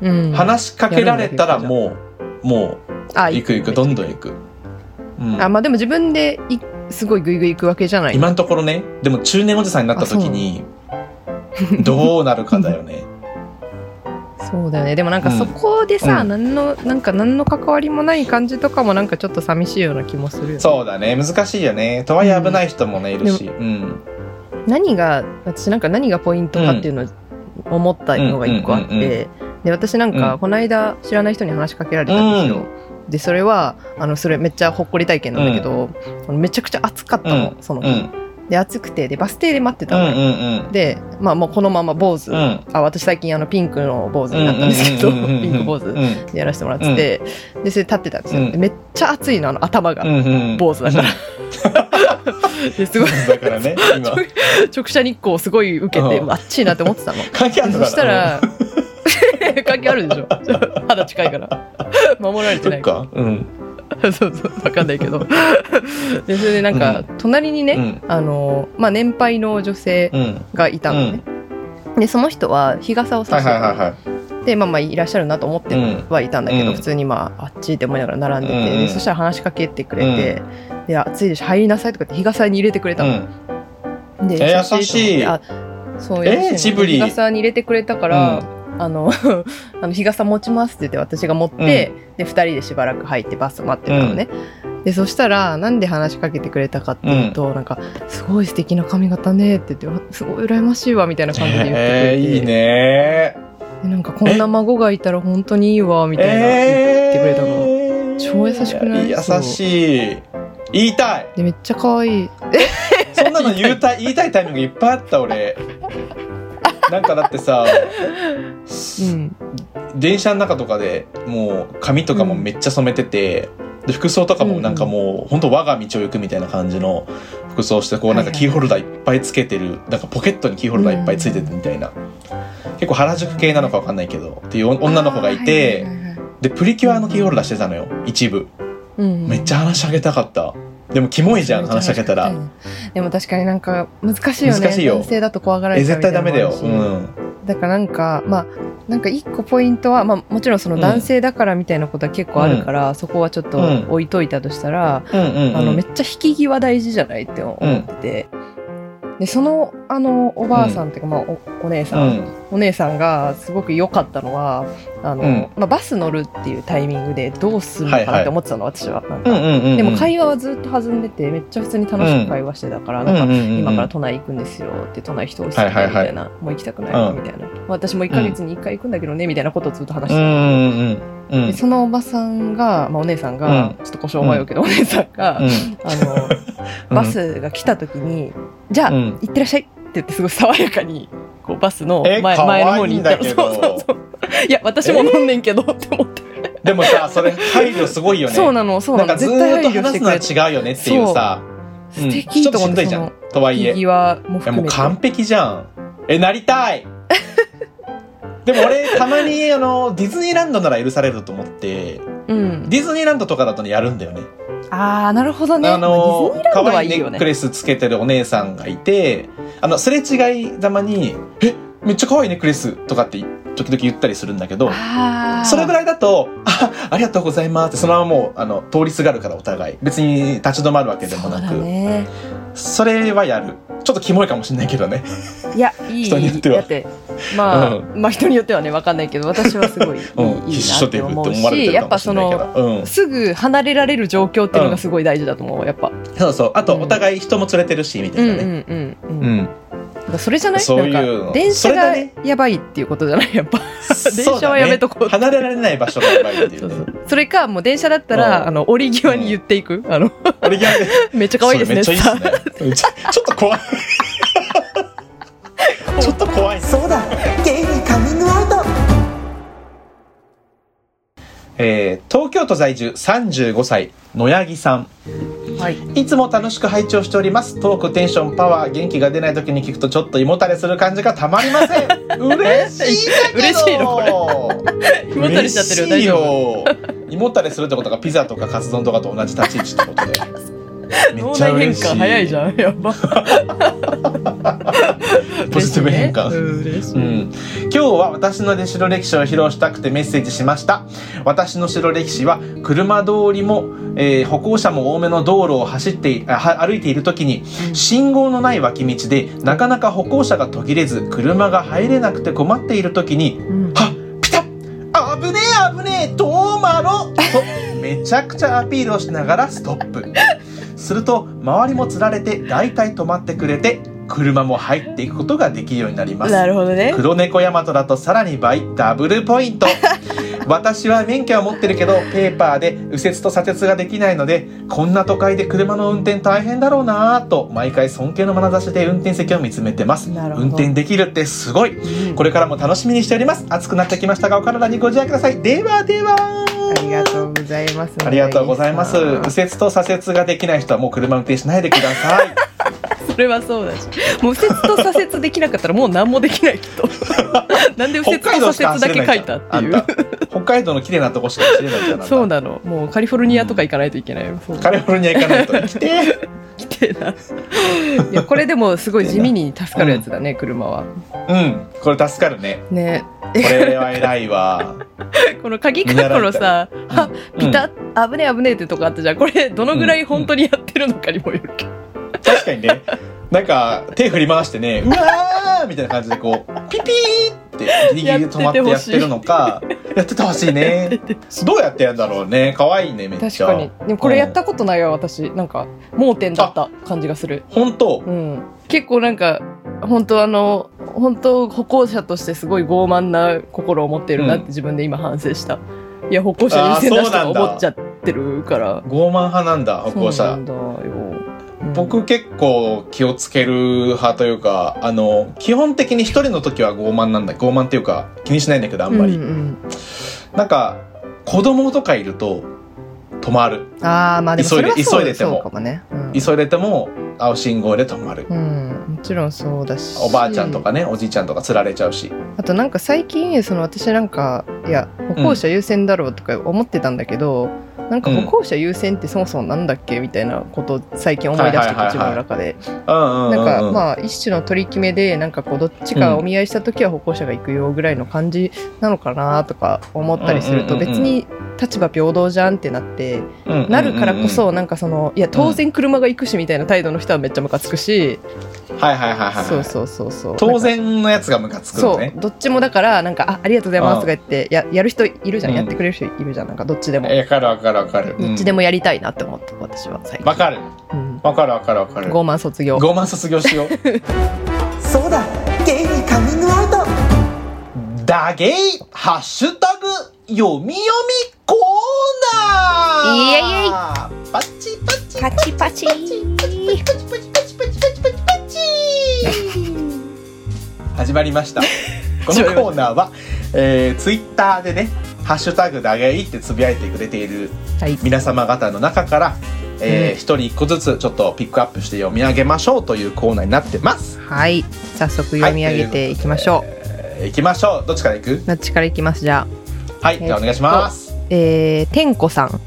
Speaker 2: うん、
Speaker 1: 話しかけられたら
Speaker 2: やるんだ
Speaker 1: もうも
Speaker 2: あ
Speaker 1: う行く行くどんどん行く、うん
Speaker 2: あまあでも自分でいすごいグイグイ行くわけじゃない
Speaker 1: 今のところねでも中年おじさんになった時にどうなるかだよ
Speaker 2: *laughs*
Speaker 1: ね
Speaker 2: そうだよねでもなんかそこでさ、
Speaker 1: うん
Speaker 2: 何のなんか何の関わりもない感じとかもなんかちょっと寂しいような気もするよね
Speaker 1: そうだね難しいよねとはいえ危ない人もねいるし、うん、
Speaker 2: 何が私なんか何がポイントかっていうのを思ったのが一個あっ
Speaker 1: うんうんうん
Speaker 2: てで私なんか
Speaker 1: うん
Speaker 2: この間知らない人に話しかけられたんですよ、でそれはあのそれめっちゃほっこり体験なんだけど、あのめちゃくちゃ暑かったの、
Speaker 1: う
Speaker 2: その
Speaker 1: う
Speaker 2: 日、
Speaker 1: ん
Speaker 2: で暑くてでバス停で待って
Speaker 1: う
Speaker 2: たのよ、
Speaker 1: ん
Speaker 2: で、まあ、もうこのまま坊主、
Speaker 1: うんうん
Speaker 2: あ私最近あのピンクの坊主
Speaker 1: う
Speaker 2: に
Speaker 1: ん
Speaker 2: なったんですけど、ピンク
Speaker 1: う
Speaker 2: 坊
Speaker 1: ん
Speaker 2: 主でやらせてもらってて、でそれ立ってたんですよ、
Speaker 1: うん
Speaker 2: でめっちゃ暑いのあの頭が、
Speaker 1: うんうん
Speaker 2: 坊主だ
Speaker 1: *laughs*
Speaker 2: から *laughs* ですごい
Speaker 1: だからね今
Speaker 2: *laughs* 直射日光をすごい受けて
Speaker 1: うん
Speaker 2: あっちいなって思ってたの
Speaker 1: 関係あるのか
Speaker 2: そ
Speaker 1: な
Speaker 2: したら関係あるでしょ肌近いから守られて
Speaker 1: そ
Speaker 2: な
Speaker 1: っ
Speaker 2: いか
Speaker 1: かうん
Speaker 2: ら *laughs* そうそう分かんないけどでそれでなんか、隣に
Speaker 1: う
Speaker 2: ね、
Speaker 1: ん
Speaker 2: あのまあ、年配の女性
Speaker 1: うん
Speaker 2: がいたのね、でその人は日傘を差
Speaker 1: は
Speaker 2: し
Speaker 1: い
Speaker 2: て
Speaker 1: は
Speaker 2: た
Speaker 1: い
Speaker 2: の
Speaker 1: はいはい
Speaker 2: でまあまあいらっしゃるなと思って
Speaker 1: うん
Speaker 2: はいたんだけど、
Speaker 1: うん
Speaker 2: 普通にまああっちって思いながら並んでて、
Speaker 1: うんうん
Speaker 2: でそしたら話しかけてくれて「で暑いでしょ入りなさい」とかって日傘に入れてくれた
Speaker 1: う
Speaker 2: の、
Speaker 1: んえ
Speaker 2: で
Speaker 1: ー
Speaker 2: と思ってあそう
Speaker 1: えー
Speaker 2: 優しいの
Speaker 1: ジブリ
Speaker 2: 日傘に入れてくれたから、あの *laughs* あの日傘持ちますって言って私が持って、で2人でしばらく入ってバス待ってたのね、でそしたらなんで話しかけてくれたかっていうと、なんか「すごい素敵な髪型ね」って言ってわ「すごい羨ましいわ」みたいな感じで言ってくれて、
Speaker 1: えーいいね
Speaker 2: でなんかこんな孫がいたら本当にいいわみたいな、言ってくれたの、
Speaker 1: えー
Speaker 2: 超優しくない
Speaker 1: 優しい言いたい
Speaker 2: でめっちゃ可愛い
Speaker 1: そんなの言うたい言いたいタイミングいっぱいあった俺なんかだってさ、
Speaker 2: うん
Speaker 1: 電車の中とかでもう髪とかもめっちゃ染めてて、で服装とかもなんかもう本当我が道を行くみたいな感じの服装してこうなんか
Speaker 2: はいはい
Speaker 1: キーホルダーいっぱいつけてるなんかポケットにキーホルダーいっぱいついてるみたいな、結構原宿系なのかわかんないけどっていう女の子がいて、
Speaker 2: あーはいはいはいはい
Speaker 1: でプリキュアのキーホルダーしてたのよ一部
Speaker 2: うん
Speaker 1: めっちゃ話し上げたかったでもキモいじゃん話し上げたら。
Speaker 2: でも確かになんか難しいよね
Speaker 1: 難しいよ
Speaker 2: 男性だと怖がられ
Speaker 1: え
Speaker 2: ちゃう
Speaker 1: 絶
Speaker 2: み
Speaker 1: 対
Speaker 2: たいな
Speaker 1: ダ
Speaker 2: の
Speaker 1: メだよ、
Speaker 2: もあるし
Speaker 1: うん、
Speaker 2: だからなんかまあなんか一個ポイントは、まあ、もちろんその男性だからみたいなことは結構あるから、そこはちょっと
Speaker 1: うん
Speaker 2: 置いといたとしたら、
Speaker 1: うんうんうん
Speaker 2: あのめっちゃ引き際大事じゃないって思ってて、でそのあのおばあさんっていうか、まあ、おお姉さん、
Speaker 1: うん
Speaker 2: お姉さんがすごく良かったのはあの、
Speaker 1: うん
Speaker 2: まあ、バス乗るっていうタイミングでどうするのか
Speaker 1: はいは
Speaker 2: ないって思ってたの、私はなん
Speaker 1: う
Speaker 2: か、
Speaker 1: んうんうんうん
Speaker 2: でも会話はずっと弾んでてめっちゃ普通に楽しく会話してたから、なんか
Speaker 1: うんうんうんうん
Speaker 2: 今から都内行くんですよって都内人多いっすよねみ
Speaker 1: はいはいはい
Speaker 2: たいなもう行きたくないわ
Speaker 1: うん
Speaker 2: みたいな、私も1ヶ月に1回行くんだけどねみたいなことをずっと話し
Speaker 1: う
Speaker 2: てた、
Speaker 1: んうんうんうん
Speaker 2: でそのおばさんが、まあ、お姉さん
Speaker 1: うん
Speaker 2: が、ちょっと故障迷うけど、お姉さんが、
Speaker 1: うん
Speaker 2: あのバスが来た時に「じゃあ、
Speaker 1: うん
Speaker 2: 行ってらっしゃい」って言ってすごい爽やかにこうバスの
Speaker 1: え
Speaker 2: 前
Speaker 1: 可愛い
Speaker 2: 前の方に行った
Speaker 1: んだ
Speaker 2: の
Speaker 1: け
Speaker 2: そ
Speaker 1: ど
Speaker 2: うそうそう
Speaker 1: *laughs*
Speaker 2: いや私も飲んねんけどって思って、
Speaker 1: でもさそれ配慮すごいよね
Speaker 2: そうなのそう
Speaker 1: な
Speaker 2: なんの
Speaker 1: かず
Speaker 2: 絶対
Speaker 1: ーっと
Speaker 2: 配慮し
Speaker 1: 話
Speaker 2: て
Speaker 1: す
Speaker 2: く
Speaker 1: の
Speaker 2: れて
Speaker 1: は違うよねっていうさう
Speaker 2: 素
Speaker 1: んちょ
Speaker 2: 敵と思って、
Speaker 1: っとしんどいじゃ
Speaker 2: そ
Speaker 1: ん
Speaker 2: の
Speaker 1: とはいえ
Speaker 2: 引き際も
Speaker 1: いや
Speaker 2: 含
Speaker 1: もう
Speaker 2: めて
Speaker 1: 完璧じゃんえなりた
Speaker 2: *laughs*
Speaker 1: いでも俺たまにあのディズニーランドなら許されると思って
Speaker 2: うん、
Speaker 1: ディズニーランドとかだとねやるんだよね
Speaker 2: ああなるほどね、
Speaker 1: あの
Speaker 2: まあディズニーランド
Speaker 1: 可
Speaker 2: は
Speaker 1: 愛
Speaker 2: い
Speaker 1: い
Speaker 2: い
Speaker 1: ネ
Speaker 2: よ
Speaker 1: ック
Speaker 2: ね
Speaker 1: レスつけてるお姉さんがいてあのすれ違いざまに「えめっちゃ可愛いネックレス」とかって時々言ったりするんだけど
Speaker 2: あ
Speaker 1: それぐら
Speaker 2: い
Speaker 1: いだと「あありがとうございます」ってそのままもうあの通りすがるからお互い別に立ち止まるわけでもなく
Speaker 2: そうだね
Speaker 1: それはやるちょっとキモいかもしれないけどね
Speaker 2: いやいい
Speaker 1: 人によっては
Speaker 2: だってまあ、
Speaker 1: う
Speaker 2: まあ人によってはねわかんないけど私はすごいいい,、
Speaker 1: うん
Speaker 2: いい
Speaker 1: 必
Speaker 2: な
Speaker 1: 勝
Speaker 2: っ
Speaker 1: デ
Speaker 2: て
Speaker 1: ブって
Speaker 2: 思
Speaker 1: 思
Speaker 2: う
Speaker 1: われて
Speaker 2: し
Speaker 1: る
Speaker 2: や
Speaker 1: かも
Speaker 2: っぱ
Speaker 1: しれ
Speaker 2: そ
Speaker 1: ないか
Speaker 2: の
Speaker 1: らうん
Speaker 2: すぐ離れられる状況っていうのがすごい大事だと思う、やっぱ
Speaker 1: そうそうあと
Speaker 2: うん
Speaker 1: お互い人も連れてるしみた
Speaker 2: う
Speaker 1: い
Speaker 2: ん
Speaker 1: な
Speaker 2: うん
Speaker 1: ね
Speaker 2: うん
Speaker 1: う
Speaker 2: うん、だ
Speaker 1: ん
Speaker 2: からそれじゃない
Speaker 1: そういうの
Speaker 2: なんか電車
Speaker 1: それだ
Speaker 2: が
Speaker 1: ね
Speaker 2: やばいっていうことじゃないやっぱ
Speaker 1: そう
Speaker 2: *laughs* 電車
Speaker 1: だ
Speaker 2: は
Speaker 1: ね
Speaker 2: やめとこう
Speaker 1: 離れられない場所がやばいってい
Speaker 2: *laughs* そううそ
Speaker 1: ね
Speaker 2: うそれかもう電車だったら、
Speaker 1: うん
Speaker 2: あの折り際に言っていく、あの *laughs*
Speaker 1: 俺ギャンで
Speaker 2: めっちゃ可愛いですね
Speaker 1: それめっちゃいいですねうんちょちょっと怖いちょっと怖い
Speaker 3: そうだゲイにカミングアウト
Speaker 1: えー東京都在住35歳野八木さん
Speaker 2: はい
Speaker 1: いつも楽しく拝聴しておりますトークテンションパワー元気が出ない時に聞くとちょっと胃もたれする感じがたまりませ
Speaker 2: *laughs*
Speaker 1: ん嬉しいんだけど
Speaker 2: 嬉しいの
Speaker 1: これ
Speaker 2: 胃もたれしちゃってる
Speaker 1: 嬉
Speaker 2: 大
Speaker 1: しい
Speaker 2: 丈夫
Speaker 1: よ胃もたれするってことがピザとかカツ丼とかと同じ立ち位置ってことでめっ
Speaker 2: *laughs* 脳
Speaker 1: ちゃ
Speaker 2: 内
Speaker 1: 嬉
Speaker 2: 変
Speaker 1: し
Speaker 2: 換早いじゃんやば
Speaker 1: *laughs* ポジティブ変換
Speaker 2: 嬉しいねうん嬉
Speaker 1: う
Speaker 2: しい
Speaker 1: ん、今日は私のね白歴史を披露したくてメッセージしました私の白歴史は車通りも、えー歩行者も多めの道路を走ってあは歩いている時に信号のない脇道でなかなか歩行者が途切れず車が入れなくて困っている時に
Speaker 2: うん
Speaker 1: はっピタッ危ねえ危ねえどうまろとめちゃくちゃアピールをしながらストップすると周りもつられて大体止まってくれて車も入っていくことができるようになります
Speaker 2: なるほどね *laughs*
Speaker 1: 黒猫ヤマトだとさらに倍ダブルポイント私は免許は持ってるけどペーパーで右折と左折ができないのでこんな都会で車の運転大変だろうなぁと毎回尊敬の眼差しで運転席を見つめてます
Speaker 2: なるほど
Speaker 1: 運転できるってすごいこれからも楽しみにしております暑くなってきましたがお体にご自愛くださいではでは
Speaker 2: ありがとうございます。
Speaker 1: ありがとうございます右折と左折ができない人はもう車運転しないでください
Speaker 2: それはそうだし、もう右折と左折できなかったらもう何もできな
Speaker 1: *laughs*
Speaker 2: い人。なん *laughs* で
Speaker 1: 北
Speaker 2: 右折と
Speaker 1: 海道し
Speaker 2: 左
Speaker 1: か
Speaker 2: 折
Speaker 1: 走
Speaker 2: だ
Speaker 1: れな
Speaker 2: け
Speaker 1: いじ
Speaker 2: 書
Speaker 1: ゃん
Speaker 2: いたってい
Speaker 1: あん
Speaker 2: う。
Speaker 1: た北海道の綺麗なとこしか走れないじゃんあんた
Speaker 2: *laughs* そうなの。もうカリフォルニアとか行かないといけない。そう
Speaker 1: カリフォルニア行かないと生きてー
Speaker 2: 来てえな。 *laughs* いやこれでもすごい地味に助かるやつだね、車は。
Speaker 1: うんこれ助かるね
Speaker 2: ね、
Speaker 1: これは偉いわ
Speaker 2: この鍵括弧のさ、は
Speaker 1: うん
Speaker 2: ピタッ、危ねえ危ねえってとこあったじゃん。これどのぐらい本当にやってるのかにもよるけど。
Speaker 1: 確かにねなんか手振り回してねうわーみたいな感じでこうピピーってギリギリで止まってやってるのかやっててほしいねどうやってやるんだろうね可愛いねめっちゃ
Speaker 2: 確かに。でもこれやったことないわ私。なんか盲点だった感じがする。
Speaker 1: 本当
Speaker 2: うん、結構なんか本当あの本当歩行者としてすごい傲慢な心を持っているな
Speaker 1: う
Speaker 2: っ
Speaker 1: ん
Speaker 2: て自分で今反省した、いや歩行者優先だしと
Speaker 1: あーそう
Speaker 2: か
Speaker 1: なんだ
Speaker 2: 思っちゃってるから
Speaker 1: 傲慢派なんだ歩行
Speaker 2: そうな
Speaker 1: 者
Speaker 2: んだよ、うん
Speaker 1: 僕結構気をつける派というかあの基本的に一人の時は傲慢なんだ傲慢っていうか気にしないんだけどあんまり、
Speaker 2: うんうん
Speaker 1: なんか子供とかいると止まる
Speaker 2: ああまあでも
Speaker 1: 急
Speaker 2: そ
Speaker 1: い
Speaker 2: れ
Speaker 1: で
Speaker 2: はそう
Speaker 1: 急いでても
Speaker 2: そうかもね、うん
Speaker 1: 急いでても青信号で止まる
Speaker 2: うんもちろんそうだし
Speaker 1: おばあちゃんとかね、おじいちゃんとか釣られちゃうし
Speaker 2: あとなんか最近その私なんかいや歩行者優先だろうとか思ってたんだけど、なんか歩行者優先ってそもそもなんだっけみたいなことを最近思い出して
Speaker 1: はい
Speaker 2: て
Speaker 1: はいはいはい
Speaker 2: 自分の中で
Speaker 1: うんうんうんう
Speaker 2: なん
Speaker 1: ん
Speaker 2: かまあ一種の取り決めでなんかこうどっちかお見合いした時は歩行者が行くよぐらいの感じなのかなとか思ったりする
Speaker 1: う
Speaker 2: と
Speaker 1: んうんうんう
Speaker 2: 別
Speaker 1: ん
Speaker 2: に立場平等じゃんってなって
Speaker 1: うんうんうん
Speaker 2: なるからこそなんかそのいや当然車が行くしみたいな態度の人はめっちゃムカつくし
Speaker 1: はいはいはいはい
Speaker 2: そうそうそうそう
Speaker 1: 当然のやつがムカつく
Speaker 2: そ
Speaker 1: の
Speaker 2: う
Speaker 1: ね
Speaker 2: どっちもだからなんかあありがとうございますとか言ってややる人いるじゃん
Speaker 1: うん
Speaker 2: やってくれる人いるじゃんなんかどっちでも
Speaker 1: えわかるわかるわかる
Speaker 2: どっちで
Speaker 1: も
Speaker 2: もやりたいなって思った私は最近
Speaker 1: わかる
Speaker 2: うん
Speaker 1: わかるわかるわかる
Speaker 2: 傲慢卒業
Speaker 1: 傲慢卒業しよう
Speaker 3: そうだゲイにカミングアウト
Speaker 1: ダゲイハッシュタグ読み読みコーナー
Speaker 2: イエイエイ
Speaker 1: パチパチ
Speaker 4: パチパチ。
Speaker 1: パチパチパチパチパチパチパチ始まりましたこのコーナーは、えー、ツイッターでね「ハッシュタグだげい」ってつぶやいてくれている
Speaker 2: はい
Speaker 1: 皆様方の中から、えー、1人1個ずつちょっとピックアップして読み上げましょうというコーナーになってます、
Speaker 2: はい早速読み上げていきましょう
Speaker 1: えー、いきましょうどっちからいく
Speaker 2: どっちからいきますじゃあ、
Speaker 1: はいじゃあお願いします
Speaker 2: えー、てんこさん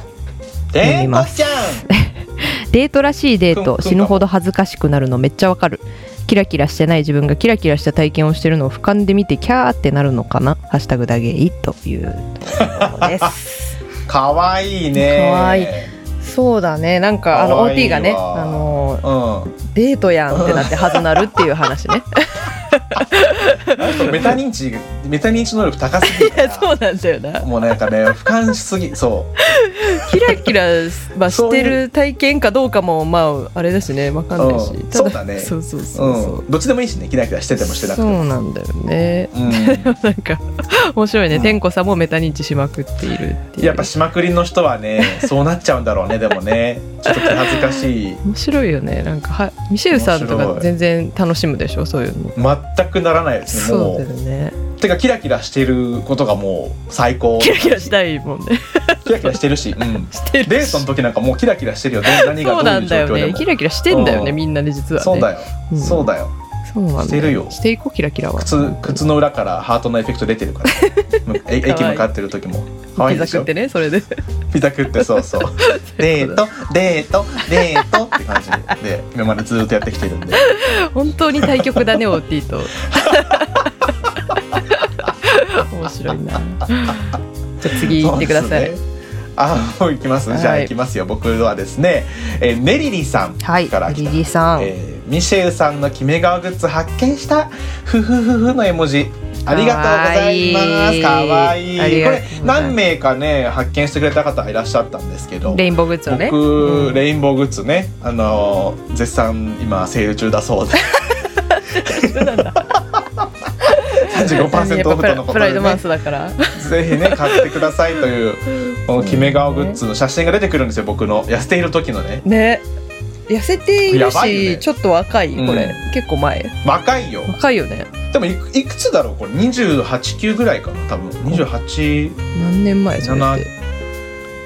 Speaker 1: て
Speaker 2: 読み
Speaker 1: んこ
Speaker 2: ます
Speaker 1: ちゃん
Speaker 2: デートらしいデー
Speaker 1: くんくんか
Speaker 2: ト
Speaker 1: も
Speaker 2: 死ぬほど恥ずかしくなるのめっちゃわかるキラキラしてない自分がキラキラした体験をしてるのを俯瞰で見てキャーってなるのかな「ハッシュタグだげい」というところです
Speaker 1: *laughs* かわいいね
Speaker 2: かわいいそうだねなんかあの
Speaker 1: かわい
Speaker 2: OT
Speaker 1: いわ
Speaker 2: がねあの
Speaker 1: う
Speaker 2: デートやんってなってはずなるっていう
Speaker 1: *laughs*
Speaker 2: 話ね
Speaker 1: んメタ認知メタ認知能力高すぎる
Speaker 2: い
Speaker 1: か
Speaker 2: や
Speaker 1: ら
Speaker 2: *laughs* そうなんだよな
Speaker 1: もうなんかね俯瞰しすぎそう
Speaker 2: キラキラ、まあ、
Speaker 1: そ
Speaker 2: し
Speaker 1: ういう
Speaker 2: てる体験かどうかもまああれだしねわかんないし、
Speaker 1: うん
Speaker 2: た
Speaker 1: そうだね
Speaker 2: そうそうそうそう、
Speaker 1: うん、どっちでもいいしねキラキラしててもしてなくて
Speaker 2: そ
Speaker 1: も
Speaker 2: うなんだよね
Speaker 1: う
Speaker 2: なんか面白いね、
Speaker 1: うん
Speaker 2: 天子さんもメタ認知しまくっているってい
Speaker 1: ん、
Speaker 2: う
Speaker 1: やっぱしまくりの人はねそうなっちゃうんだろうねでもねちょっと気恥ずかしい
Speaker 2: 面白いよねなんかはミシェルさんと
Speaker 1: 面白
Speaker 2: か
Speaker 1: い
Speaker 2: 全然楽しむでしょそういうの
Speaker 1: 全くならないですね
Speaker 2: そ
Speaker 1: もう
Speaker 2: うだよね
Speaker 1: てかキラキラしてることがもう最高
Speaker 2: キラキラしたいもんね
Speaker 1: キラキラしてるし、うん、
Speaker 2: して
Speaker 1: デ
Speaker 2: る
Speaker 1: ート
Speaker 2: し
Speaker 1: の時なんかもうキラキラしてるよね何
Speaker 2: そ
Speaker 1: が
Speaker 2: う
Speaker 1: どう
Speaker 2: ないん
Speaker 1: う状
Speaker 2: だよ
Speaker 1: 況で
Speaker 2: ね
Speaker 1: も
Speaker 2: キラキラしてんだよね、
Speaker 1: うん
Speaker 2: みんなね実はね
Speaker 1: そうだよ、
Speaker 2: うん
Speaker 1: そうだよ
Speaker 2: そうなんだ
Speaker 1: してるよ
Speaker 2: していこうキラキラは
Speaker 1: 靴靴の裏からハートのエフェクト出てるから
Speaker 2: *laughs*
Speaker 1: え駅向かってる時も可愛い
Speaker 2: ピ
Speaker 1: で
Speaker 2: ザ
Speaker 1: し
Speaker 2: 食
Speaker 1: ょ
Speaker 2: ってねそれで
Speaker 1: ピザ食ってそう
Speaker 2: *laughs*
Speaker 1: そうデートデートデートって感じで今までずっとやってきてるんで
Speaker 2: 本当に対局だね OT と面白いなじゃあ次行ってください、
Speaker 1: そうですねあもう行きます、
Speaker 2: はい
Speaker 1: じゃあ行きますよ僕はですね、えー、ねりりさん
Speaker 2: はい
Speaker 1: から来た
Speaker 2: リリーさん、
Speaker 1: えーミシェルさんのキメ顔グッズ発見したふふふふの絵文字ありがとうございます
Speaker 2: か
Speaker 1: か
Speaker 2: わ
Speaker 1: わ
Speaker 2: い
Speaker 1: い
Speaker 2: い
Speaker 1: い
Speaker 2: ありが
Speaker 1: こと
Speaker 2: う
Speaker 1: れ
Speaker 2: ございます
Speaker 1: 何名かね発見してくれた方いらっしゃったんですけど
Speaker 2: レインボーグッズをね
Speaker 1: 僕、
Speaker 2: うん
Speaker 1: レインボーグッズねあのー絶
Speaker 2: *laughs*
Speaker 1: 賛今セール中だそうで
Speaker 2: そうなんだ
Speaker 1: 35 15%
Speaker 2: や
Speaker 1: オ
Speaker 2: っ
Speaker 1: フ
Speaker 2: ぱ
Speaker 1: とのこと
Speaker 2: プラ
Speaker 1: で、
Speaker 2: イ
Speaker 1: ね、
Speaker 2: ドマンスだから。
Speaker 1: ぜひね買ってくださいというこのキメ顔グッズの写真が出てくるんですよ僕の痩せている時のね
Speaker 2: ね。痩せてい
Speaker 1: や
Speaker 2: る
Speaker 1: ばい
Speaker 2: し、
Speaker 1: よね
Speaker 2: ちょっと若い、これ、
Speaker 1: う
Speaker 2: 結構前。
Speaker 1: 若いよ
Speaker 2: 若いよね。
Speaker 1: でもいくいくつだろうこれ289ぐらいかな多分285
Speaker 2: 何年前それって。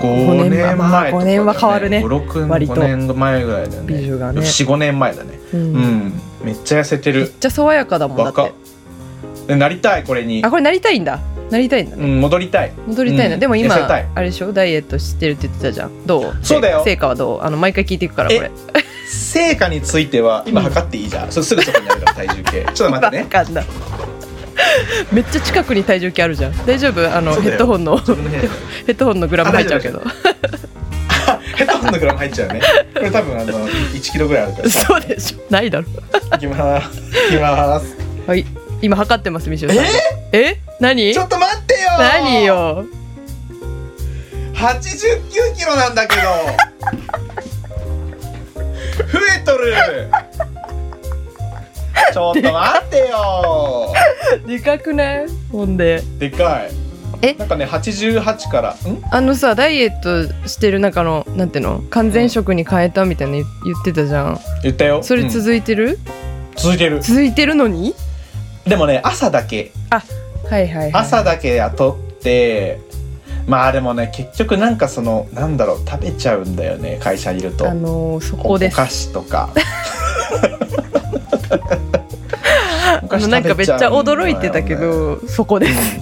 Speaker 1: 年
Speaker 2: 年
Speaker 1: 前
Speaker 2: 前
Speaker 1: とか、
Speaker 2: まあ5年は変わるね割と
Speaker 1: 56年前ぐらいだよ
Speaker 2: 美
Speaker 1: ね
Speaker 2: 女がね。
Speaker 1: 45年前だね
Speaker 2: う
Speaker 1: うんんめっちゃ痩せて
Speaker 2: めっ
Speaker 1: る
Speaker 2: ちゃ爽やかだもんだっ
Speaker 1: 若
Speaker 2: て
Speaker 1: っ。でなりたいこれに
Speaker 2: あ、これなりたいんだ。なりたいんだ
Speaker 1: う。ん戻りたい
Speaker 2: 戻りたいな、
Speaker 1: うん
Speaker 2: でも今
Speaker 1: 痩せたい
Speaker 2: あれでしょダイエットしてるって言ってたじゃんどう
Speaker 1: そうだよ
Speaker 2: 成果はどうあの毎回聞いていくからこれ
Speaker 1: 成果については今測っていいじゃん、それすぐそこにあるから体
Speaker 2: *laughs*
Speaker 1: 重計ちょっと待ってね
Speaker 2: 今わかんない *laughs* めっちゃ近くに体重計あるじゃん大丈夫あの
Speaker 1: そうだよ
Speaker 2: ヘッドホンの
Speaker 1: 自分の部屋に
Speaker 2: ヘッドホンのグラム入っちゃうけど
Speaker 1: *laughs* ヘッドホンのグラム入っちゃうねこれ多分あの1キロぐらいあるからさ
Speaker 2: そうでしょないだろ
Speaker 1: いきますいきます
Speaker 2: はい今測ってますみしお
Speaker 1: え
Speaker 2: さんえ何
Speaker 1: ちょっと待ってよ
Speaker 2: 何よ
Speaker 1: 89キロなんだけど増えとるちょっと待ってよ
Speaker 2: でかくないほんで
Speaker 1: でかい
Speaker 2: え
Speaker 1: なんかね88からん
Speaker 2: あのさダイエットしてる中のなんていうの完全食に変えたみたいな言言ってたじゃん
Speaker 1: 言ったよ
Speaker 2: それ
Speaker 1: うん
Speaker 2: 続いてる、
Speaker 1: 続ける
Speaker 2: 続いてるのに
Speaker 1: でもね朝だけ
Speaker 2: はいはい、はい、
Speaker 1: 朝だけ雇ってまあでもね結局なんかそのなんだろう食べちゃうんだよね会社にいると
Speaker 2: あのーそこ
Speaker 1: お
Speaker 2: です
Speaker 1: 菓子と
Speaker 2: *laughs*
Speaker 1: かお
Speaker 2: あ
Speaker 1: 菓子食べちゃうんだよね
Speaker 2: のなんかめっちゃ驚いてたけどそ
Speaker 1: *laughs*
Speaker 2: こです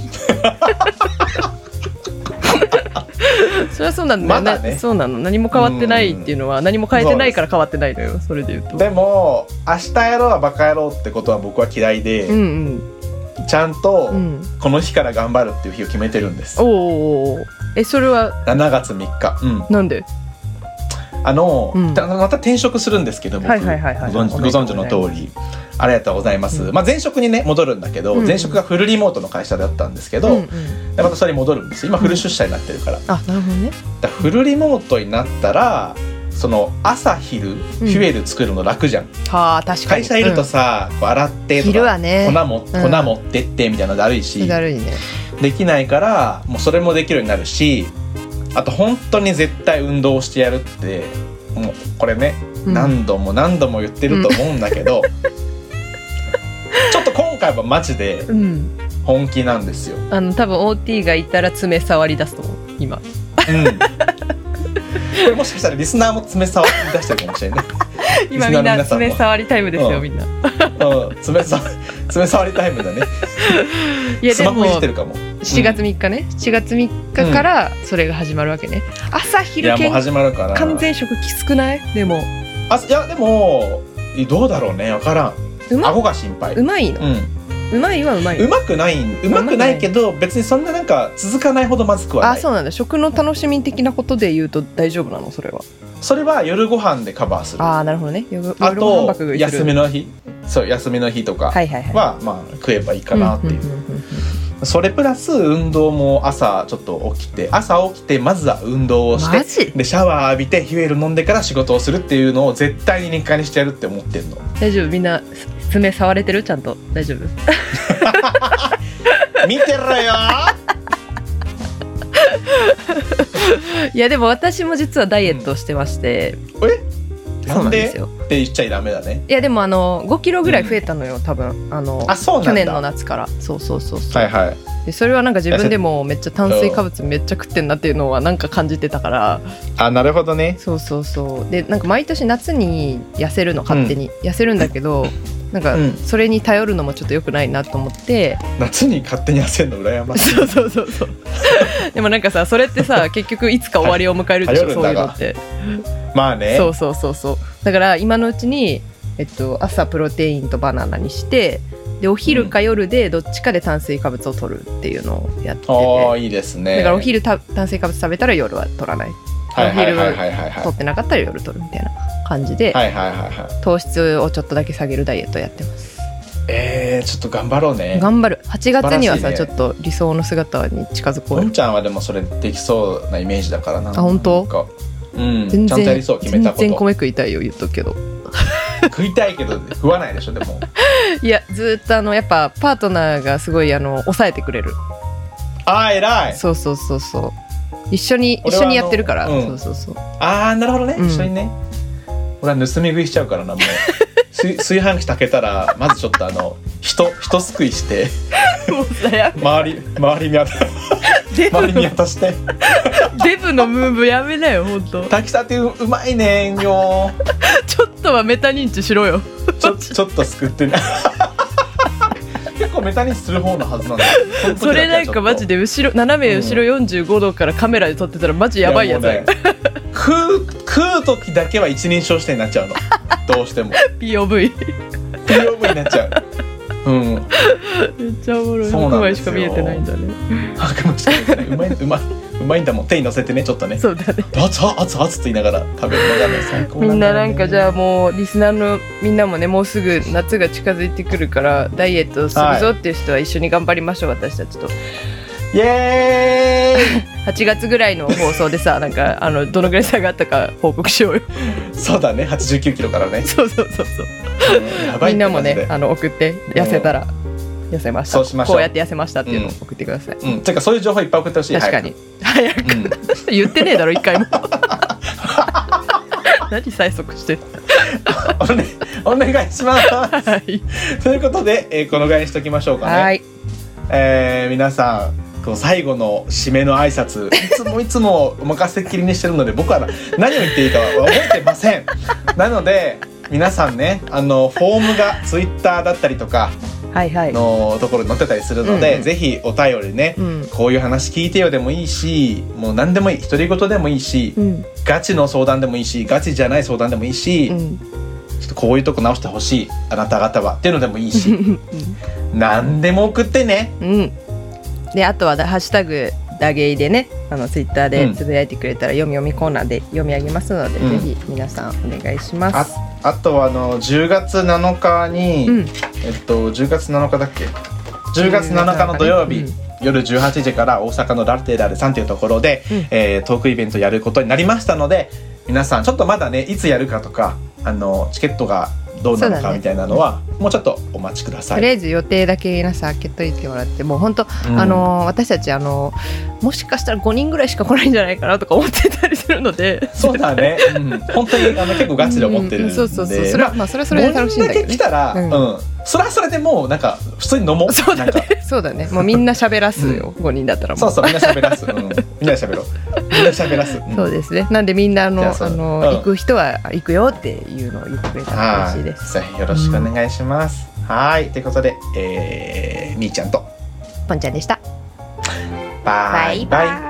Speaker 2: それはそうなんだ
Speaker 1: ま
Speaker 2: よ、
Speaker 1: だね
Speaker 2: なそうなの何も変わってないっていうのは何も変えてないから変わってないのよそれで言うと
Speaker 1: でも明日やろうはバカ野郎ってことは僕は嫌いで、
Speaker 2: うん
Speaker 1: ちゃん
Speaker 2: う
Speaker 1: と
Speaker 2: んうん
Speaker 1: この日から頑張るっていう日を決めてるんです
Speaker 2: おーおーおーえそれは
Speaker 1: 7月3日、うん
Speaker 2: なんで
Speaker 1: あの、
Speaker 2: うん
Speaker 1: たまた転職するんですけど僕、
Speaker 2: はいはいはいはい
Speaker 1: ご存
Speaker 2: お
Speaker 1: ご
Speaker 2: めでとう
Speaker 1: 存知の通りありがとうございます、
Speaker 2: うん
Speaker 1: まあ、前職にね戻るんだけど、
Speaker 2: うん
Speaker 1: 前職がフルリモートの会社だったんですけど、
Speaker 2: うんうん
Speaker 1: でまたそれに戻るんです今フル出社になってるから,、
Speaker 2: あなるほどね
Speaker 1: フルリモートになったらその朝昼フュエル作るの楽じゃん、
Speaker 2: はあ確かに
Speaker 1: 会社いるとさ、こう洗って
Speaker 2: うん
Speaker 1: と
Speaker 2: 昼は
Speaker 1: か、
Speaker 2: ね
Speaker 1: 粉も
Speaker 2: うん
Speaker 1: 粉持ってってみたいなのだるいし、
Speaker 2: だるいね
Speaker 1: できないからもうそれもできるようになるしあと本当に絶対運動をしてやるってもうこれね、
Speaker 2: うん
Speaker 1: 何度も何度も言ってると思うんだけど、ちょっと今回はマジで
Speaker 2: うん
Speaker 1: 本気なんですよ。
Speaker 2: あの多分 OT がいたら爪触り出すと思う今
Speaker 1: うん、これもしかしたらリスナーも爪触り出してるかもしれない。
Speaker 2: 今
Speaker 1: *laughs* リスナー
Speaker 2: みん
Speaker 1: の
Speaker 2: な
Speaker 1: 皆さんも
Speaker 2: 爪触りタイムですよ、
Speaker 1: うん
Speaker 2: みんな
Speaker 1: うん、爪触爪触りタイムだね。
Speaker 2: いや
Speaker 1: ス
Speaker 2: で
Speaker 1: マホ
Speaker 2: も
Speaker 1: いじってるかも。
Speaker 2: 7月3日ね、7月3日からそれが始まるわけね、朝
Speaker 1: い
Speaker 2: 昼
Speaker 1: やもう
Speaker 2: 健
Speaker 1: 始まるから。
Speaker 2: 完全食きつくないでも
Speaker 1: あいやでもどうだろうね分からん
Speaker 2: うま
Speaker 1: 顎が心配
Speaker 2: うまいの
Speaker 1: う
Speaker 2: うまいはうまい
Speaker 1: んうまくないうまくないけど別にそんななんか続かないほどまずくはない
Speaker 2: あそうなんだ食の楽しみ的なことで言うと大丈夫なのそれは
Speaker 1: それは夜ご飯でカバーするあ
Speaker 2: ああなるほどね夜夜ご飯ばっ
Speaker 1: と
Speaker 2: か食いす
Speaker 1: 休
Speaker 2: る
Speaker 1: みの日そう休みの日とか
Speaker 2: はいはいはい
Speaker 1: はまあ食えばいいかなっていう
Speaker 2: うんうんうんうん
Speaker 1: それプラス運動も朝ちょっと起きて朝起きてまずは運動をし
Speaker 2: マ
Speaker 1: て
Speaker 2: ジ
Speaker 1: でシャワー浴びてヒュエル飲んでから仕事をするっていうのを絶対に日課にしてやるって思ってんの
Speaker 2: 大丈夫みんな爪触れてるちゃんと大丈夫
Speaker 1: 見てろよ
Speaker 2: いやでも私も実はダイエットしてまして、
Speaker 1: ー
Speaker 2: そう
Speaker 1: な
Speaker 2: なん
Speaker 1: ん
Speaker 2: です
Speaker 1: で
Speaker 2: よ
Speaker 1: って言っちゃいダメだね
Speaker 2: いやでもあの5キロぐらい増えたのよ多分あの
Speaker 1: あそうな
Speaker 2: 去
Speaker 1: ん
Speaker 2: 年の
Speaker 1: だ
Speaker 2: 夏からそうそうそうそう、
Speaker 1: はいはい
Speaker 2: でそれはなんか自分でもめっちゃ炭水化物めっちゃ食ってんなっていうのはなんか感じてたから
Speaker 1: あなるほどね
Speaker 2: そうそうそうでなんか毎年夏に痩せるの勝手に、痩せるんだけどなんか
Speaker 1: うん
Speaker 2: それに頼るのもちょっと良くないなと
Speaker 1: *laughs*
Speaker 2: 思って、
Speaker 1: 夏に勝手に焦るの羨ましい
Speaker 2: そうそうそうそうでもなんかさそれってさ結局いつか終わりを迎えるでしょ
Speaker 1: 頼る
Speaker 2: そ
Speaker 1: ん
Speaker 2: うい
Speaker 1: だ
Speaker 2: うの
Speaker 1: が
Speaker 2: って
Speaker 1: まあね
Speaker 2: そうそうそうそうだから今のうちに、えっと、朝プロテインとバナナにしてでお昼か夜でどっちかで炭水化物を取るっていうのをやってて、
Speaker 1: ああいいですね
Speaker 2: だからお昼た炭水化物食べたら夜は取らない
Speaker 1: はいはいはいはいはいはい
Speaker 2: 取ってなかったら夜取るみたいな感じで、
Speaker 1: はいはいはいはい
Speaker 2: 糖質をちょっとだけ下げるダイエットをやってます
Speaker 1: えー、ちょっと頑張ろうね
Speaker 2: 頑張る8月には
Speaker 1: 素晴らしい
Speaker 2: さ、
Speaker 1: ね
Speaker 2: ちょっと理想の姿に近づこ
Speaker 1: の
Speaker 2: うん
Speaker 1: ちゃんはでもそれできそうなイメージだからなあ
Speaker 2: 本当
Speaker 1: うん
Speaker 2: 全
Speaker 1: ちゃんとや
Speaker 2: 然
Speaker 1: りそう決め
Speaker 2: 全
Speaker 1: たこ
Speaker 2: 然
Speaker 1: と
Speaker 2: 米食いたいよ言っとくけど
Speaker 1: 食いたいけど食わないでしょでも
Speaker 2: *laughs* いやずーっとあのやっぱパートナーがすごいあの抑えてくれる
Speaker 1: ああ偉い
Speaker 2: そうそうそうそう一緒に
Speaker 1: 俺
Speaker 2: 一
Speaker 1: は
Speaker 2: 緒にやってるから、
Speaker 1: あのうん *laughs*
Speaker 2: そうそうそう
Speaker 1: ああなるほどね、
Speaker 2: うん
Speaker 1: 一緒にね俺は盗み食いしちゃうから
Speaker 2: *laughs*
Speaker 1: なもう炊炊飯器炊けたらまずちょっとあの人人すくいして
Speaker 2: もうさや
Speaker 1: 周り周り見渡 *laughs*
Speaker 2: デ
Speaker 1: 周り見
Speaker 2: ブ
Speaker 1: 渡して
Speaker 2: デブのムーブやめなよ本
Speaker 1: *laughs*
Speaker 2: 当
Speaker 1: 「炊きたてううまいねんよ
Speaker 2: ちょっとはメタ認知しろよ
Speaker 1: ちょちょっとすくってね」結構メタ認知する方のはずなんだよの時
Speaker 2: それなんかマジ
Speaker 1: だ
Speaker 2: で後ろ斜め後ろ45度からカメラで撮ってたらマジやばいやつだよ、
Speaker 1: やもうね食う食う時だけは一人称視点になっちゃうのどうしても
Speaker 2: POV
Speaker 1: POV になっちゃううん
Speaker 2: めっちゃおもろい
Speaker 1: そうな
Speaker 2: 白
Speaker 1: んで
Speaker 2: 米
Speaker 1: す
Speaker 2: し
Speaker 1: よ
Speaker 2: か見えてないんだね
Speaker 1: 白米しか食べてないうまいうまいうまいんだもん手に乗せてねちょっとね
Speaker 2: そうだね
Speaker 1: 熱っ熱っ熱っと言いながら食べるのがね最高
Speaker 2: みんななんかじゃあ
Speaker 1: あ
Speaker 2: もうリスナーのみんなもねもうすぐ夏が近づいてくるからダイエットするぞっていう人は一緒に頑張りましょう、私たちと
Speaker 1: イエ
Speaker 2: 8月ぐらいの放送
Speaker 1: *laughs*
Speaker 2: でさなんかあのどのぐらい差があったか報告しようよ
Speaker 1: ーイそうだね8 9キロからね
Speaker 2: そうそうそうそう
Speaker 1: うんやばい
Speaker 2: *laughs* み
Speaker 1: って
Speaker 2: んな
Speaker 1: 感
Speaker 2: も
Speaker 1: じで
Speaker 2: ねあの送って痩せたら、痩せました
Speaker 1: そうしましょう
Speaker 2: こうやって痩せましたっていうのを送ってください、
Speaker 1: うんてかそういう情報いっぱい送ってほしい
Speaker 2: 確かに早く *laughs*
Speaker 1: 早く
Speaker 2: 言ってねえだろ一回も何催促してる
Speaker 1: うんお願いお願いし
Speaker 2: *laughs*
Speaker 1: ます
Speaker 2: はい
Speaker 1: ということで、えーこのぐらいにしときましょうかね
Speaker 2: はい
Speaker 1: えー皆さんこう最後の締めの挨拶いつもいつもお任せっきりにしてるので僕は何を言っていいかは覚えてま
Speaker 2: *laughs*
Speaker 1: せんなので皆さんねあのフォームがツイッターだったりとか
Speaker 2: はいはい
Speaker 1: のところに載ってたりするので、
Speaker 2: うんうん
Speaker 1: ぜひお便りね、
Speaker 2: うん
Speaker 1: こういう話聞いてよでもいいしもう何でもいい独り言でもいいし、
Speaker 2: うん
Speaker 1: ガチの相談でもいいしガチじゃない相談でもいいし、ち
Speaker 2: う
Speaker 1: ょ
Speaker 2: ん
Speaker 1: っとこういうとこ直してほしいあなた方はっていうのでもいいし何でも送ってね
Speaker 2: うんであとはだ「ハッシュタグダゲイ」でねあのツイッター
Speaker 1: う
Speaker 2: で
Speaker 1: ん
Speaker 2: つぶやいてくれたら読み読みコーナーで読み上げますので、
Speaker 1: うん
Speaker 2: ぜひ皆さんお願いしま
Speaker 1: あ
Speaker 2: す
Speaker 1: あとはあの10月7日に、
Speaker 2: うん
Speaker 1: えっと10月7日だっけ10月7日の土曜日、
Speaker 2: うん
Speaker 1: 夜18時から大阪のラルテラルさんというところで、
Speaker 2: うん
Speaker 1: えートークイベントやることになりましたので皆さんちょっとまだねいつやるかとかあのチケットがどうなの
Speaker 2: そうだ
Speaker 1: か
Speaker 2: ね
Speaker 1: みたいなのは、もうちょっとお待ちくださ
Speaker 2: と
Speaker 1: い。
Speaker 2: りあえず予定だけ皆さん開けといてもらってもう本当、
Speaker 1: うん
Speaker 2: あの私たちあのもしかしたら5人ぐらいしか来ないんじゃないかなとか思ってたりするので
Speaker 1: そうだね、うん本当にあの結構ガチで思ってるん
Speaker 2: う
Speaker 1: で、
Speaker 2: んそうそうそうそれはまあそれはそれで楽しいんだけ
Speaker 1: 5人だけ
Speaker 2: ど
Speaker 1: 来
Speaker 2: ね
Speaker 1: たら、う
Speaker 2: うんん
Speaker 1: それはそれでもうなんか普通に飲もう
Speaker 2: *laughs* そうだ
Speaker 1: なんか
Speaker 2: ねそうだねもうみんな喋らすよ、5人だったらも
Speaker 1: そううそうみんな喋らす、うん、みんなで喋ろうみんなで喋らす、うん
Speaker 2: そうですねなんでみんなあの
Speaker 1: じゃあ
Speaker 2: あ
Speaker 1: そう
Speaker 2: の、
Speaker 1: うん
Speaker 2: 行く人は行くよっていうのを言ってくれたら
Speaker 1: は
Speaker 2: 嬉しいで
Speaker 1: い、
Speaker 2: す
Speaker 1: ぜひよろしくお願いします。はい、ということで、えー、みーちゃんと
Speaker 2: ポンちゃんでした
Speaker 1: バイバイ。
Speaker 2: イ